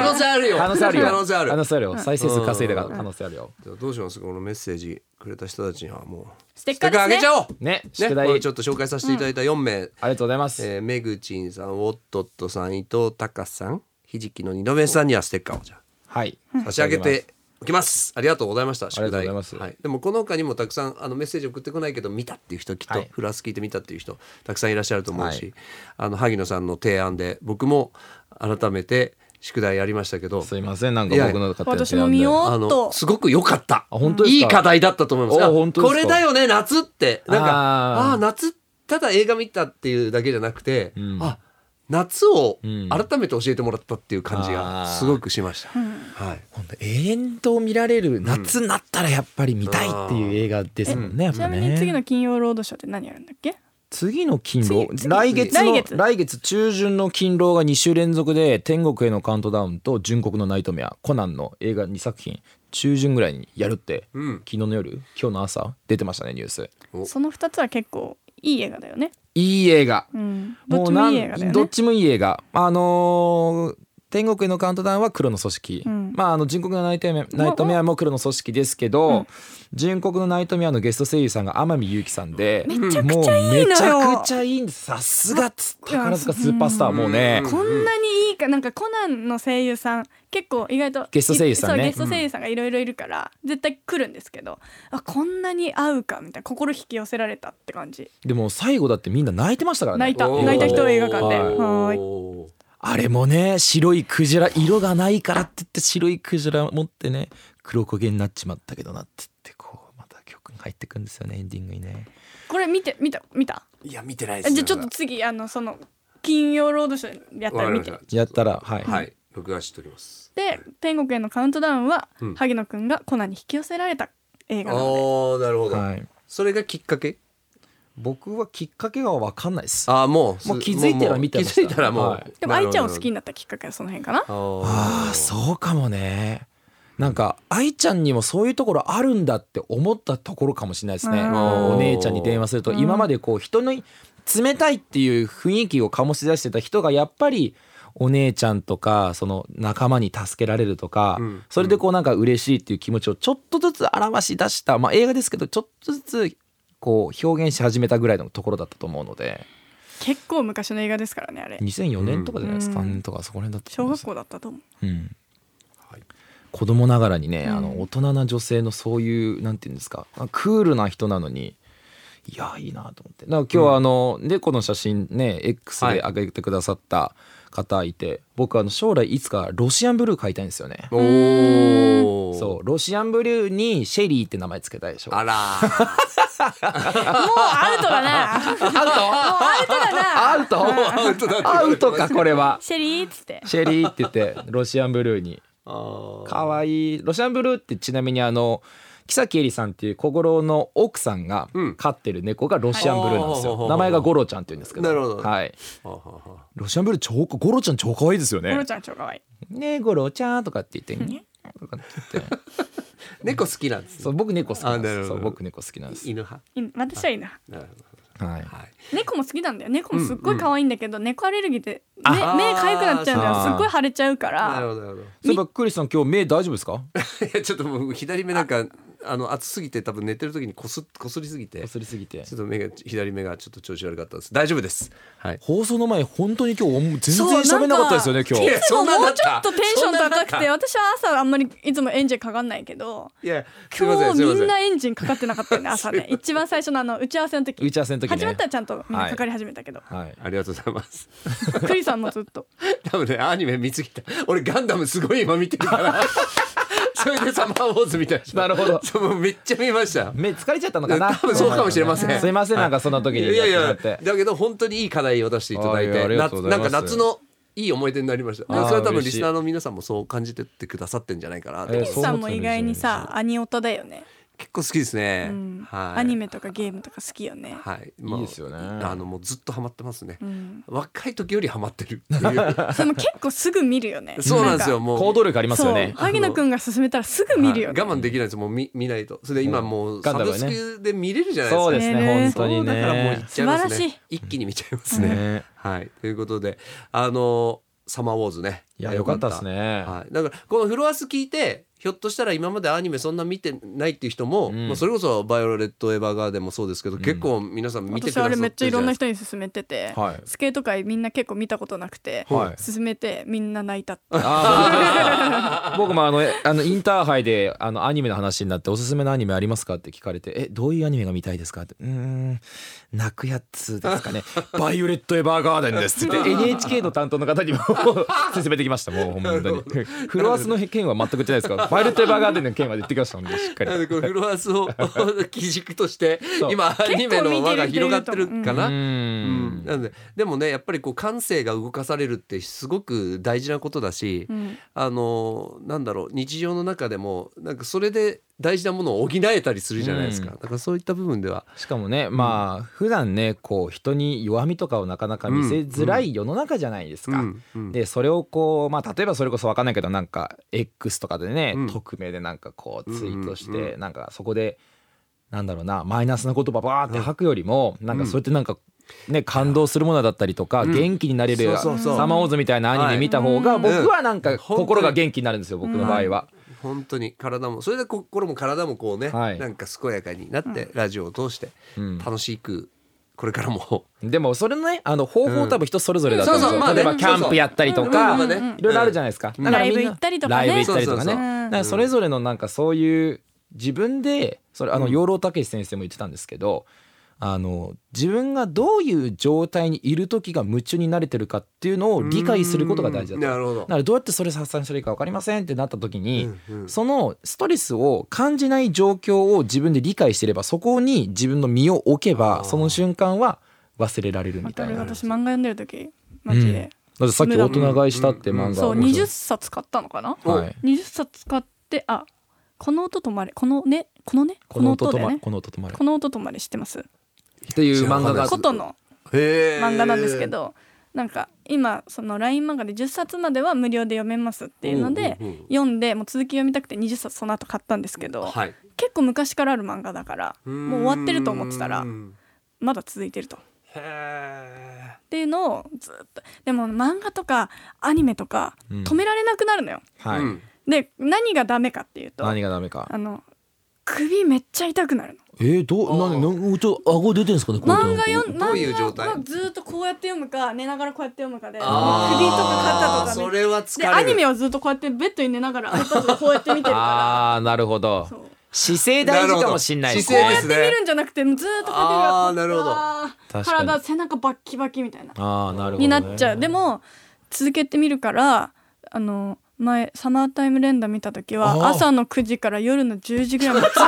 [SPEAKER 2] 能性あるよ
[SPEAKER 1] 可能性あるよ
[SPEAKER 2] 可能性ある
[SPEAKER 1] 可能性あるよ再生数稼いだから可能性あるよ
[SPEAKER 2] じゃあどうしますこのメッセージくれた人たちにはもう
[SPEAKER 3] ステッカーですね
[SPEAKER 2] あげちゃおう
[SPEAKER 1] ね
[SPEAKER 2] ね、
[SPEAKER 1] 宿題
[SPEAKER 2] こ
[SPEAKER 1] あ
[SPEAKER 2] れ
[SPEAKER 1] り
[SPEAKER 2] ちょ
[SPEAKER 1] が
[SPEAKER 2] っと紹介させていただいた4名、
[SPEAKER 1] とうございます
[SPEAKER 2] えーめぐちんさんおっとっとさん伊藤隆さんひじきの二度目さんにはステッカーをじゃ
[SPEAKER 1] はい
[SPEAKER 2] あ差し上げておきますありがとうございました宿題
[SPEAKER 1] ありがとうございます
[SPEAKER 2] はい、でもこの他にもたくさんあのメッセージ送ってこないけど見たっていう人きっと、
[SPEAKER 1] はい
[SPEAKER 2] フラス聞いて見たっていう人たくさんいらっしゃると思うし、
[SPEAKER 1] は
[SPEAKER 2] あの萩野さんの提案で僕も改めて宿題やりましたけど
[SPEAKER 1] すいませんなんか
[SPEAKER 2] いや
[SPEAKER 1] 僕の勝手な
[SPEAKER 3] 私も見よう
[SPEAKER 2] あ
[SPEAKER 3] おっと
[SPEAKER 2] のすごく良かった
[SPEAKER 1] あ本当です
[SPEAKER 2] い
[SPEAKER 1] か
[SPEAKER 2] い課題だったと思います
[SPEAKER 1] あ
[SPEAKER 2] あ
[SPEAKER 1] 本当ですか
[SPEAKER 2] これだよね夏ってなんか
[SPEAKER 1] あー
[SPEAKER 2] ああー夏ただ映画見たっていうだけじゃなくて、
[SPEAKER 1] うん
[SPEAKER 2] あ夏を
[SPEAKER 1] うん
[SPEAKER 2] 改めて教えてもらったっていう感じが
[SPEAKER 1] あー
[SPEAKER 2] すごくしました、
[SPEAKER 3] うん
[SPEAKER 2] はい、
[SPEAKER 1] 本当永遠と見られる夏になったらやっぱり見たいっていう映画ですもんねやっ
[SPEAKER 3] ちな
[SPEAKER 1] ぱ
[SPEAKER 3] み
[SPEAKER 1] ね
[SPEAKER 3] に次の金曜ロードショーって何やるんだっけ
[SPEAKER 1] 次の勤労
[SPEAKER 3] 次次
[SPEAKER 1] 来月の
[SPEAKER 3] 来
[SPEAKER 1] 来
[SPEAKER 3] 月
[SPEAKER 1] 月中旬の勤労が2週連続で「天国へのカウントダウン」と「純国のナイトメア」コナンの映画2作品中旬ぐらいにやるって、
[SPEAKER 2] うん
[SPEAKER 1] 昨日の夜今日の朝出てましたねニュース
[SPEAKER 2] お
[SPEAKER 3] その2つは結構いい映画だよね、
[SPEAKER 1] いい映画
[SPEAKER 3] うん、どっちもいい映画だよ
[SPEAKER 1] どっ
[SPEAKER 3] ね
[SPEAKER 1] ちもいい映画あのー天国へのカウントダウンは黒の組織、
[SPEAKER 3] うん
[SPEAKER 1] まああの純国のナイトメナイトメアも黒の組織ですけど、純国のナイトメアのゲスト声優さんが天海祐希さんで
[SPEAKER 3] めちゃくちゃいいのよ
[SPEAKER 1] もうめちゃくちゃいいんですさすが宝塚スーパースターもうね、
[SPEAKER 2] うん
[SPEAKER 3] こんなにいいかなんかコナンの声優さん結構意外と
[SPEAKER 1] ゲスト声優さんね
[SPEAKER 3] そうゲスト声優さんがいろいろいるから、絶対来るんですけどあこんなに合うかみたいな心引き寄せられたって感じ
[SPEAKER 1] でも最後だってみんな泣いてましたから
[SPEAKER 3] 泣
[SPEAKER 1] ね
[SPEAKER 3] いた
[SPEAKER 2] おー
[SPEAKER 3] 泣いた人は映画館で
[SPEAKER 2] おー
[SPEAKER 3] は
[SPEAKER 1] あれもね白いクジラ色がないからって言って白いクジラ持ってね黒焦げになっちまったけどなって言ってこうまた曲が入ってくんですよねエンディングにね
[SPEAKER 3] これ見て見た見た
[SPEAKER 2] いや見てないで
[SPEAKER 3] え
[SPEAKER 2] す
[SPEAKER 3] じゃあちょっと次あのその金曜ロードショーやった
[SPEAKER 2] わからり
[SPEAKER 3] 見
[SPEAKER 2] ましてた
[SPEAKER 1] やったらはい、
[SPEAKER 2] はい録画しております
[SPEAKER 3] で天国へのカウントダウンは、
[SPEAKER 2] うん
[SPEAKER 3] 萩野くんがコナンに引き寄せられた映
[SPEAKER 2] あ
[SPEAKER 3] 画
[SPEAKER 2] あ
[SPEAKER 3] なので
[SPEAKER 2] ーなるほど、
[SPEAKER 1] はい、
[SPEAKER 2] それがきっかけ
[SPEAKER 1] 僕はきっかけが分かんないですあ
[SPEAKER 2] ああもうす
[SPEAKER 1] もう気づいたら見てました
[SPEAKER 2] もう気づいたらもう、
[SPEAKER 1] はい
[SPEAKER 3] でも愛ちゃんを好きに
[SPEAKER 2] な
[SPEAKER 3] なったきっかけはその辺かな
[SPEAKER 2] るほど
[SPEAKER 1] あーそうかもねなんか愛ちゃんにもそういうところあるんだって思ったところかもしれないですね
[SPEAKER 3] うん
[SPEAKER 1] お姉ちゃんに電話すると
[SPEAKER 3] うん
[SPEAKER 1] 今までこう人の冷たいっていう雰囲気を醸し出してた人がやっぱりお姉ちゃんとかその仲間に助けられるとか、
[SPEAKER 2] うん
[SPEAKER 1] それでこうなんか嬉しいっていう気持ちをちょっとずつ表し出した、まあ、映画ですけどちょっとずつこう表現し始めたぐらいのところだったと思うので
[SPEAKER 3] 結構昔の映画ですからねあれ
[SPEAKER 1] 2004年とかじゃないですか、
[SPEAKER 3] うん
[SPEAKER 1] 3年とかそこら辺だったと
[SPEAKER 3] 小
[SPEAKER 1] 思いま
[SPEAKER 3] 学
[SPEAKER 1] す
[SPEAKER 3] 校だったと思う
[SPEAKER 1] うん
[SPEAKER 2] はい
[SPEAKER 1] 子供ながらにね、
[SPEAKER 3] うん
[SPEAKER 1] あの大人な女性のそういうなんていうんですかクールな人なのにいやいいなと思ってだから今日はあの、猫の写真ね X
[SPEAKER 2] はい
[SPEAKER 1] で上げてくださった方いて、僕あの将来いつかロシアンブルー買いたいんですよね。
[SPEAKER 2] おお
[SPEAKER 1] そうロシアンブルーにシェリーって名前つけたいでしょ
[SPEAKER 2] あら
[SPEAKER 3] もうアウト だなもうアウトだ
[SPEAKER 1] ア
[SPEAKER 3] な
[SPEAKER 1] ウトアウトかこれは
[SPEAKER 3] シェリーっつって
[SPEAKER 1] シェリーって言ってロシアンブルーに
[SPEAKER 2] あ
[SPEAKER 1] かわいいロシアンブルーってちなみにあの木崎えりさんっていう小五郎の奥さんが
[SPEAKER 2] うん
[SPEAKER 1] 飼ってる猫がロシアンブルーなんです
[SPEAKER 2] はい
[SPEAKER 1] よ名前がゴロちゃんって言うんですけど
[SPEAKER 2] なるほど
[SPEAKER 1] はい
[SPEAKER 2] ーははは
[SPEAKER 1] ロシアンブルー超ゴロちゃん超可愛いですよ
[SPEAKER 3] コロ
[SPEAKER 1] ね
[SPEAKER 3] ちゃん超可愛い
[SPEAKER 1] ねえゴロちゃんとかって言ってねとかって言って
[SPEAKER 2] 猫好きなんですね
[SPEAKER 1] そう僕猫好きなん
[SPEAKER 2] あなる
[SPEAKER 1] で
[SPEAKER 2] ほ
[SPEAKER 1] す
[SPEAKER 2] ど
[SPEAKER 1] そう僕猫好きなんです
[SPEAKER 2] 犬派
[SPEAKER 3] いい私はいいな
[SPEAKER 2] なるほど
[SPEAKER 1] はい
[SPEAKER 2] はい
[SPEAKER 3] 猫も好きなんだよ猫もすっごい可愛いんだけど、猫アレルギーで目目
[SPEAKER 2] あ
[SPEAKER 3] かゆくなっちゃうんだよ
[SPEAKER 1] あ
[SPEAKER 3] す
[SPEAKER 1] ー
[SPEAKER 3] っごい腫れちゃうか
[SPEAKER 2] なる
[SPEAKER 3] ら
[SPEAKER 2] ほどなるほど
[SPEAKER 1] そういえばクリスさん今日目大丈夫ですか
[SPEAKER 2] いやちょっともう左目なんかあの暑すぎて多分寝てる時にこすこすりすぎてち
[SPEAKER 1] 擦りすぎて
[SPEAKER 2] ょっと目が左目がちょっと調子悪かったです大丈夫ですはい
[SPEAKER 1] 放送の前本当に今日全然
[SPEAKER 3] そう
[SPEAKER 1] 喋んなかったですよね今
[SPEAKER 3] い
[SPEAKER 1] 日
[SPEAKER 2] や
[SPEAKER 3] つも
[SPEAKER 2] そんな
[SPEAKER 3] も
[SPEAKER 2] んだ
[SPEAKER 3] う
[SPEAKER 2] っ
[SPEAKER 3] ちょ
[SPEAKER 2] た
[SPEAKER 3] っとテンション高く
[SPEAKER 2] そん
[SPEAKER 3] て
[SPEAKER 2] な
[SPEAKER 3] 私は朝あんまりいつもエンジンかかんないけど
[SPEAKER 2] いやすいませ
[SPEAKER 3] 今
[SPEAKER 2] んす
[SPEAKER 3] 日
[SPEAKER 2] いま
[SPEAKER 3] み
[SPEAKER 2] せ
[SPEAKER 3] ん
[SPEAKER 2] ん
[SPEAKER 3] なエンジンかかってなかったよね 朝ね一番最初のあの打ち合わせの時
[SPEAKER 1] 打ち合わせの時ね
[SPEAKER 3] 始まったらちゃんとみんなかかり始めたけど、
[SPEAKER 1] はい
[SPEAKER 2] ありがとうございます
[SPEAKER 3] クリさんもずっ と
[SPEAKER 2] 多分ねアニメ見すぎた俺ガンダムすごい今見てるから それでサマーウォーズみたいな
[SPEAKER 1] なるほど
[SPEAKER 2] そうもうめっちゃ見ました
[SPEAKER 1] 目疲れちゃったのかな
[SPEAKER 2] 多分そうかもしれません
[SPEAKER 1] すいませんなんかそんな時
[SPEAKER 2] い
[SPEAKER 1] に
[SPEAKER 2] やいやい
[SPEAKER 1] や
[SPEAKER 2] や
[SPEAKER 1] ってしまって
[SPEAKER 2] だけど本当にいい課題を出していただい
[SPEAKER 1] あいや
[SPEAKER 2] て
[SPEAKER 1] あり
[SPEAKER 2] な
[SPEAKER 1] がとうござ
[SPEAKER 2] ないん
[SPEAKER 1] ます
[SPEAKER 2] か夏のいい思い出になりました
[SPEAKER 1] あー
[SPEAKER 2] それは多分
[SPEAKER 1] 嬉
[SPEAKER 2] リ
[SPEAKER 1] しい
[SPEAKER 2] スナーの皆さんもそう感じてってくださってんじゃないかなと
[SPEAKER 1] え
[SPEAKER 3] ク
[SPEAKER 1] ー
[SPEAKER 3] リ
[SPEAKER 1] そう
[SPEAKER 3] さんも意外にさアニオタだよね、
[SPEAKER 2] 結構好きですね、
[SPEAKER 3] うん
[SPEAKER 2] はい
[SPEAKER 3] アニメとかゲームとか好きよね、
[SPEAKER 2] はい、
[SPEAKER 1] いいですよね
[SPEAKER 2] あのもうずっとハマってますね、
[SPEAKER 3] うん、
[SPEAKER 2] 若い時よりハマってるっていう
[SPEAKER 3] それも結構すぐ見るよね
[SPEAKER 2] そうなんですよ
[SPEAKER 3] か
[SPEAKER 2] もう
[SPEAKER 1] 行動力ありますよ
[SPEAKER 3] そ
[SPEAKER 1] ね
[SPEAKER 3] う萩野くんが勧めたらすぐ見るよね、
[SPEAKER 2] はい我慢できないですもう見見ないとそれで今もう
[SPEAKER 1] ガ
[SPEAKER 2] サ
[SPEAKER 1] ンダム
[SPEAKER 2] ブ
[SPEAKER 1] はね
[SPEAKER 2] スクで見れるじゃないですか
[SPEAKER 1] そうですね、
[SPEAKER 3] ね
[SPEAKER 1] 本当に
[SPEAKER 2] そうだからもう行
[SPEAKER 1] ね
[SPEAKER 2] っ。ちゃいます
[SPEAKER 3] 素晴ら
[SPEAKER 2] ね
[SPEAKER 3] しい
[SPEAKER 2] 一気に見ちゃいますね、
[SPEAKER 1] ね
[SPEAKER 2] はいということであのサマーウォーズね
[SPEAKER 1] いや、よかったですね。
[SPEAKER 2] はい、だからこのフロアス聞いてひょっとしたら今までアニメそんな見てないっていう人も、
[SPEAKER 1] うん
[SPEAKER 2] まあ、それこそ「バイオレット・エヴァーガーデン」もそうですけど、結構皆さん見てく
[SPEAKER 3] 私
[SPEAKER 2] ださ
[SPEAKER 3] あ
[SPEAKER 2] ってるじ
[SPEAKER 3] れ
[SPEAKER 2] ゃ
[SPEAKER 3] め
[SPEAKER 2] な
[SPEAKER 3] っちゃいろんな
[SPEAKER 2] ですか
[SPEAKER 3] 人に勧めてて、
[SPEAKER 1] はい
[SPEAKER 3] スケート界みんな結構見たことなくて、
[SPEAKER 1] はい
[SPEAKER 3] 勧めてみんな泣いたって
[SPEAKER 1] あー僕 もあのえあのインターハイであのアニメの話になっておすすめのアニメありますかって聞かれてえどういうアニメが見たいですかってうーん泣くやつですかね バイオレットエヴァーガーデンですって言って NHK の担当の方にも 勧めてきました もう本当にフロアスの件は全く言ってないですからバイオレットエヴァーガーデンの件は言ってきましたのでしっかり
[SPEAKER 2] なのでこのフロアスを 基軸として
[SPEAKER 1] そう
[SPEAKER 2] 今アニメの輪が
[SPEAKER 3] 結構
[SPEAKER 2] 広
[SPEAKER 3] 見
[SPEAKER 2] がってて
[SPEAKER 3] る
[SPEAKER 2] る
[SPEAKER 3] 人いると思う
[SPEAKER 2] か
[SPEAKER 1] う
[SPEAKER 2] な。う
[SPEAKER 1] ー
[SPEAKER 2] ん、なんででもねやっぱりこう感性が動かされるってすごく大事なことだし、
[SPEAKER 3] うん
[SPEAKER 2] あのなんだろう日常の中でもなんかそれで大事なものを補えたりするじゃないですか、
[SPEAKER 1] うん
[SPEAKER 2] だからそういった部分では
[SPEAKER 1] しかもねまあ普段ねこう人に弱みとかをなかなか見せづらい世の中じゃないですか。
[SPEAKER 2] うんうん
[SPEAKER 1] でそれをこう、まあ、例えばそれこそ分かんないけどなんか X とかでね、
[SPEAKER 2] うん
[SPEAKER 1] 匿名でなんかこうツイートして、
[SPEAKER 2] うんうんう
[SPEAKER 1] なんかそこでなんだろうなマイナスな言葉バーって吐くよりも、なんかそうやってなんか、ね、感動するものだったりとか、
[SPEAKER 2] うん
[SPEAKER 1] 元気になれる、
[SPEAKER 2] そうそうそう
[SPEAKER 1] サマーウォーズみたいなアニメ見た方が、
[SPEAKER 3] はい
[SPEAKER 1] 僕はなん
[SPEAKER 2] うん
[SPEAKER 1] か心が元気になるんですよ、僕の場合は。
[SPEAKER 2] 本当に体もそれで心も体もこうね、
[SPEAKER 1] はい
[SPEAKER 2] なんか健やかになって、ラジオを通して
[SPEAKER 1] うん
[SPEAKER 2] 楽しくこれからも、
[SPEAKER 1] でもそれのねあの方法多分人それぞれだと思うんです
[SPEAKER 2] そう
[SPEAKER 1] よ、
[SPEAKER 2] そうまあ
[SPEAKER 1] 例
[SPEAKER 2] ね
[SPEAKER 1] えばキャンプやったりとか、
[SPEAKER 2] うんうんうん
[SPEAKER 1] いろいろあるじゃないですか,、
[SPEAKER 2] うん
[SPEAKER 1] だからみんな
[SPEAKER 3] ライブ行ったりとかね
[SPEAKER 1] ライブ行ったりとかね
[SPEAKER 2] そうそう
[SPEAKER 3] そう
[SPEAKER 1] だからそれぞれのなんかそういう自分でそれあの養老孟司先生も言ってたんですけど、あの自分がどういう状態にいる時が夢中になれてるかっていうのを 理解することが大事だと。
[SPEAKER 2] なるほど
[SPEAKER 1] だからどうやってそれ発散したらいいか分かりませんってなった時に、
[SPEAKER 2] うんうん
[SPEAKER 1] そのストレスを感じない状況を自分で理解してればそこに自分の身を置け
[SPEAKER 2] あー
[SPEAKER 1] ばその瞬間は忘れられるみ
[SPEAKER 3] ま
[SPEAKER 1] た
[SPEAKER 3] た
[SPEAKER 1] い
[SPEAKER 3] あれ
[SPEAKER 1] な。だ
[SPEAKER 3] 私漫画読んでる時マジで、
[SPEAKER 1] ってさっき「大人買いした」って
[SPEAKER 2] うん
[SPEAKER 1] 漫画
[SPEAKER 3] そう
[SPEAKER 1] 面白い
[SPEAKER 3] 20冊買ったのかな
[SPEAKER 1] はい、
[SPEAKER 3] 20冊買ってあこの音止まれこのねこのねこ
[SPEAKER 1] こ
[SPEAKER 3] の
[SPEAKER 1] の
[SPEAKER 3] 音
[SPEAKER 1] 音
[SPEAKER 3] だ
[SPEAKER 1] 止
[SPEAKER 3] よ
[SPEAKER 1] ま
[SPEAKER 3] ね
[SPEAKER 1] れこの音止まれ
[SPEAKER 3] この音止まれ知ってます
[SPEAKER 1] っていう漫画が
[SPEAKER 3] ことの
[SPEAKER 2] へー
[SPEAKER 3] 漫画なんですけど、なんか今その LINE 漫画で10冊までは無料で読めますっていうので、
[SPEAKER 2] うんうんうん
[SPEAKER 3] 読んでもう続き読みたくて20冊その後買ったんですけど、
[SPEAKER 2] はい、
[SPEAKER 3] 結構昔からある漫画だからもう終わってると思ってたら
[SPEAKER 2] うん
[SPEAKER 3] まだ続いてると。っ
[SPEAKER 2] へー
[SPEAKER 3] ていうのをずっとでも漫画とかアニメとか
[SPEAKER 1] うん
[SPEAKER 3] 止められなくなるのよ。
[SPEAKER 1] はい、
[SPEAKER 2] うん
[SPEAKER 3] で何がダメかっていうとあ
[SPEAKER 1] 何がダメか
[SPEAKER 3] の首めっちゃ痛くなるの。
[SPEAKER 1] えー、どうなになちょっと顎出てんですかねこれ
[SPEAKER 3] 漫画読ん
[SPEAKER 2] どういう状
[SPEAKER 3] 漫
[SPEAKER 2] 態
[SPEAKER 3] 画はずっとこうやって読むか寝ながらこうやって読むかで首と
[SPEAKER 2] あー
[SPEAKER 3] か肩とか
[SPEAKER 2] そ
[SPEAKER 3] めっちゃ
[SPEAKER 2] れは疲
[SPEAKER 3] で
[SPEAKER 2] れる
[SPEAKER 3] アニメをずっとこうやってベッドに寝な がら iPad でこうやって見てるか
[SPEAKER 1] ああなるほど
[SPEAKER 3] らそうこ
[SPEAKER 1] 姿勢大事かもしんないですね
[SPEAKER 2] なるほ
[SPEAKER 3] う
[SPEAKER 2] ど
[SPEAKER 3] や
[SPEAKER 2] 姿
[SPEAKER 3] っ
[SPEAKER 2] 勢
[SPEAKER 3] て見るんじゃなくてずーっとこうや
[SPEAKER 2] あー
[SPEAKER 3] って
[SPEAKER 2] な
[SPEAKER 3] る
[SPEAKER 2] るほど
[SPEAKER 1] 確かに
[SPEAKER 3] 体背中バッキバキみたいな
[SPEAKER 1] ああなるほど、ね、
[SPEAKER 3] になっちゃうでも続けてみるからあの前サマータイム連打見た時
[SPEAKER 1] あ
[SPEAKER 3] は
[SPEAKER 1] ー
[SPEAKER 3] 朝の9時から夜の10時ぐらいまでずっ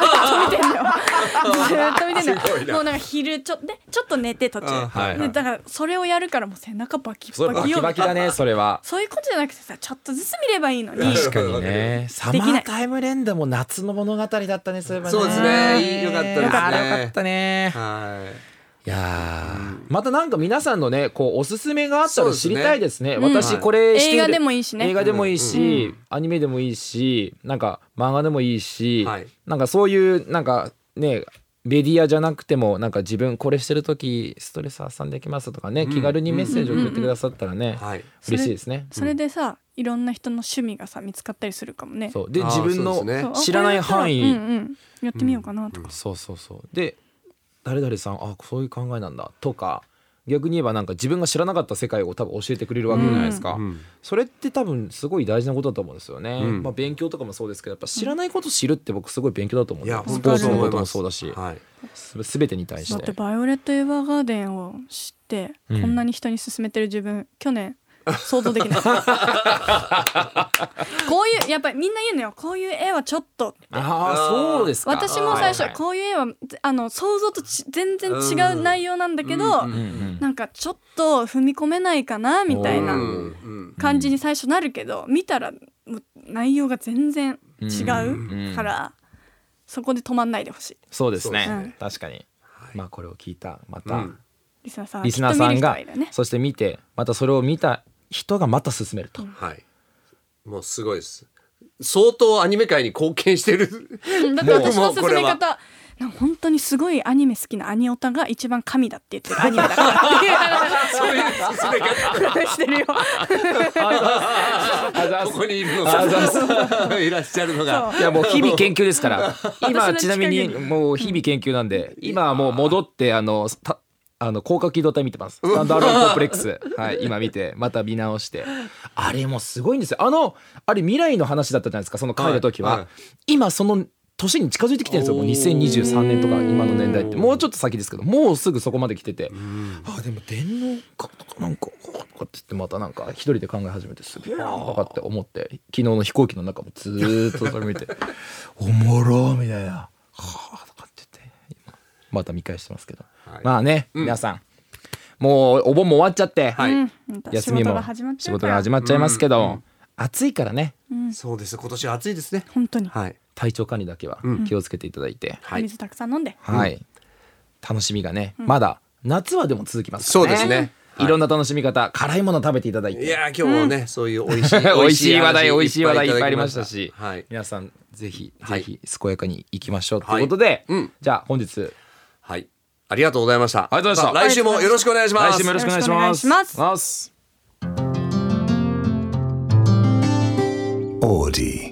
[SPEAKER 3] と見て んのよずーっと見てんのよもうなんか昼ちょでちょっと寝て途中、
[SPEAKER 2] あ
[SPEAKER 1] はいはい
[SPEAKER 3] でだからそれをやるからもう背中バキ
[SPEAKER 1] それ
[SPEAKER 3] バ
[SPEAKER 1] バ
[SPEAKER 3] キ
[SPEAKER 1] キ
[SPEAKER 3] よ
[SPEAKER 1] バキだねそれは
[SPEAKER 3] そういうことじゃなくてさちょっとずつ見ればいいのに
[SPEAKER 1] 確かに ねサマ
[SPEAKER 3] できない
[SPEAKER 1] ータイム連打も夏の物語だったねそういえばね
[SPEAKER 2] そうですねよかったですね
[SPEAKER 1] よかったよかったね
[SPEAKER 2] はい
[SPEAKER 1] いやーまたなんか皆さんのねこうおすすめがあったら知りたいですね
[SPEAKER 3] そうですね
[SPEAKER 1] 私これしてる
[SPEAKER 3] 映画でもいいしね
[SPEAKER 1] 映画でもいいし、アニメでもいいしなんか漫画でもいいし、
[SPEAKER 2] はい
[SPEAKER 1] なんかそういうなんかねメディアじゃなくてもなんか自分これしてる時ストレス発散できますとかね、気軽にメッセージを送ってくださったらね、
[SPEAKER 2] はい
[SPEAKER 1] 嬉しいですね。
[SPEAKER 3] それでさ、いろんな人の趣味がさ見つかったりするかもね。
[SPEAKER 1] そうで
[SPEAKER 2] あー
[SPEAKER 1] 自分
[SPEAKER 2] そうですね
[SPEAKER 3] そう
[SPEAKER 1] の
[SPEAKER 3] あ
[SPEAKER 1] 知らない範囲
[SPEAKER 3] これやったらうんうん、やってみようかなとか。
[SPEAKER 1] そうそうそうで誰々さんあそういう考えなんだとか逆に言えばなんか自分が知らなかった世界を多分教えてくれるわけじゃないですか、
[SPEAKER 2] うん
[SPEAKER 1] それって多分すごい大事なことだと思うんですよね、
[SPEAKER 2] うん
[SPEAKER 1] まあ、勉強とかもそうですけどやっぱ知らないこと知るって僕すごい勉強だと思うん
[SPEAKER 2] い
[SPEAKER 1] だよ
[SPEAKER 2] や本
[SPEAKER 1] ス
[SPEAKER 2] 当
[SPEAKER 1] ポ
[SPEAKER 2] に
[SPEAKER 1] ーツ
[SPEAKER 2] そう
[SPEAKER 1] の
[SPEAKER 2] 思
[SPEAKER 1] こ
[SPEAKER 2] い
[SPEAKER 1] と
[SPEAKER 2] ま
[SPEAKER 1] も
[SPEAKER 2] す
[SPEAKER 1] そうだし、
[SPEAKER 2] はい
[SPEAKER 1] すべ全てに対し
[SPEAKER 3] だって
[SPEAKER 1] て
[SPEAKER 3] バイオレットエヴァーガーデンを知って、
[SPEAKER 1] うん
[SPEAKER 3] こんなに人に勧めてる自分去年想像で きないこういうやっぱりみんな言うのよこういう絵はちょっと
[SPEAKER 1] ああそうですか
[SPEAKER 3] 私も最初、
[SPEAKER 1] はいはい
[SPEAKER 3] こういう絵はあの想像とち全然違う内容なんだけど、
[SPEAKER 2] うん
[SPEAKER 1] うんうん
[SPEAKER 3] なんかちょっと踏み込めないかなみたいな
[SPEAKER 1] う
[SPEAKER 2] うんんうん
[SPEAKER 3] 感じに最初なるけど、見たらもう内容が全然違うから、そこで止まんないでほしい
[SPEAKER 1] そうですね
[SPEAKER 3] そうですね
[SPEAKER 1] 確かに、まあこれを聞いたま
[SPEAKER 2] う
[SPEAKER 1] た
[SPEAKER 2] ん
[SPEAKER 3] リスナーさんは
[SPEAKER 1] リスナーさんが
[SPEAKER 3] きっと見る人いるね
[SPEAKER 1] そして見てまたそれを見た人がまた進めると、
[SPEAKER 2] はいもうすごいです相当アニメ界に貢献してる
[SPEAKER 3] うんだって私の進
[SPEAKER 2] もうこれ
[SPEAKER 3] め
[SPEAKER 2] は
[SPEAKER 3] 方なんか本当にすごいアニメ好きなアニオタが一番神だって言ってるアニメだからっていう 話してるよ。
[SPEAKER 4] あざっ
[SPEAKER 2] こ
[SPEAKER 4] す
[SPEAKER 2] こにいるの がいらっしゃるのが
[SPEAKER 1] いやもう日々研究ですから今
[SPEAKER 3] 私の
[SPEAKER 1] ちなみに
[SPEAKER 3] 近く
[SPEAKER 1] もう日々研究なんで今はもう戻ってあのたあの高架機動隊見てますスタンドアローンコンプレックスはい今見てまた見直してあれもすごいんですよあのあれ未来の話だったじゃないですかその回の時は、
[SPEAKER 2] はいはい
[SPEAKER 1] 今その年に近づいてきてるんですよもう2023年とか今の年代ってもうちょっと先ですけどもうすぐそこまで来てて、あでも電脳かなんかこうとかって言ってまたなんか一人で考え始めてすげえなとかって思って昨日の飛行機の中もずーっとそれ見ておもろーみたいなはあとかって言って今また見返してますけど、
[SPEAKER 2] はい
[SPEAKER 1] まあね、皆さんもうお盆も終わっちゃって、
[SPEAKER 2] はい
[SPEAKER 3] うんまた仕
[SPEAKER 1] 休み
[SPEAKER 3] 事
[SPEAKER 1] も
[SPEAKER 3] が始まっち
[SPEAKER 1] 仕
[SPEAKER 3] ゃう
[SPEAKER 1] 事
[SPEAKER 3] か
[SPEAKER 1] が
[SPEAKER 3] ら
[SPEAKER 1] 始まっちゃいますけど、暑いからね
[SPEAKER 2] そうです今年は暑いですね
[SPEAKER 3] 本当に
[SPEAKER 2] はい
[SPEAKER 1] 体調管理だけは気をつけていただいて、
[SPEAKER 2] はい
[SPEAKER 3] 水たくさん飲んで。
[SPEAKER 1] はい、楽しみがね、まだ夏はでも続きますから
[SPEAKER 2] そうですね
[SPEAKER 1] いろんな楽しみ方、辛いもの食べていただいて
[SPEAKER 2] いやー今日はねそういう美味しい
[SPEAKER 1] 美味しい話題、
[SPEAKER 2] 話
[SPEAKER 1] 美味しい話題いっぱいありま
[SPEAKER 2] だき
[SPEAKER 1] したし、
[SPEAKER 2] はい
[SPEAKER 1] 皆さん、ぜひ、
[SPEAKER 2] は
[SPEAKER 1] ぜ
[SPEAKER 2] い
[SPEAKER 1] ひ、健やかに行きましょうということで、
[SPEAKER 2] はいうん
[SPEAKER 1] じゃあ本日、
[SPEAKER 2] はいありがとうございました
[SPEAKER 1] ありがとうございました
[SPEAKER 2] 来週もよろしくお願いしま
[SPEAKER 1] 来
[SPEAKER 2] す
[SPEAKER 1] 週もよろしくお願いし
[SPEAKER 3] よ
[SPEAKER 1] ま
[SPEAKER 3] ろ
[SPEAKER 1] す。
[SPEAKER 3] しくお願いし
[SPEAKER 1] ます
[SPEAKER 5] オーディ。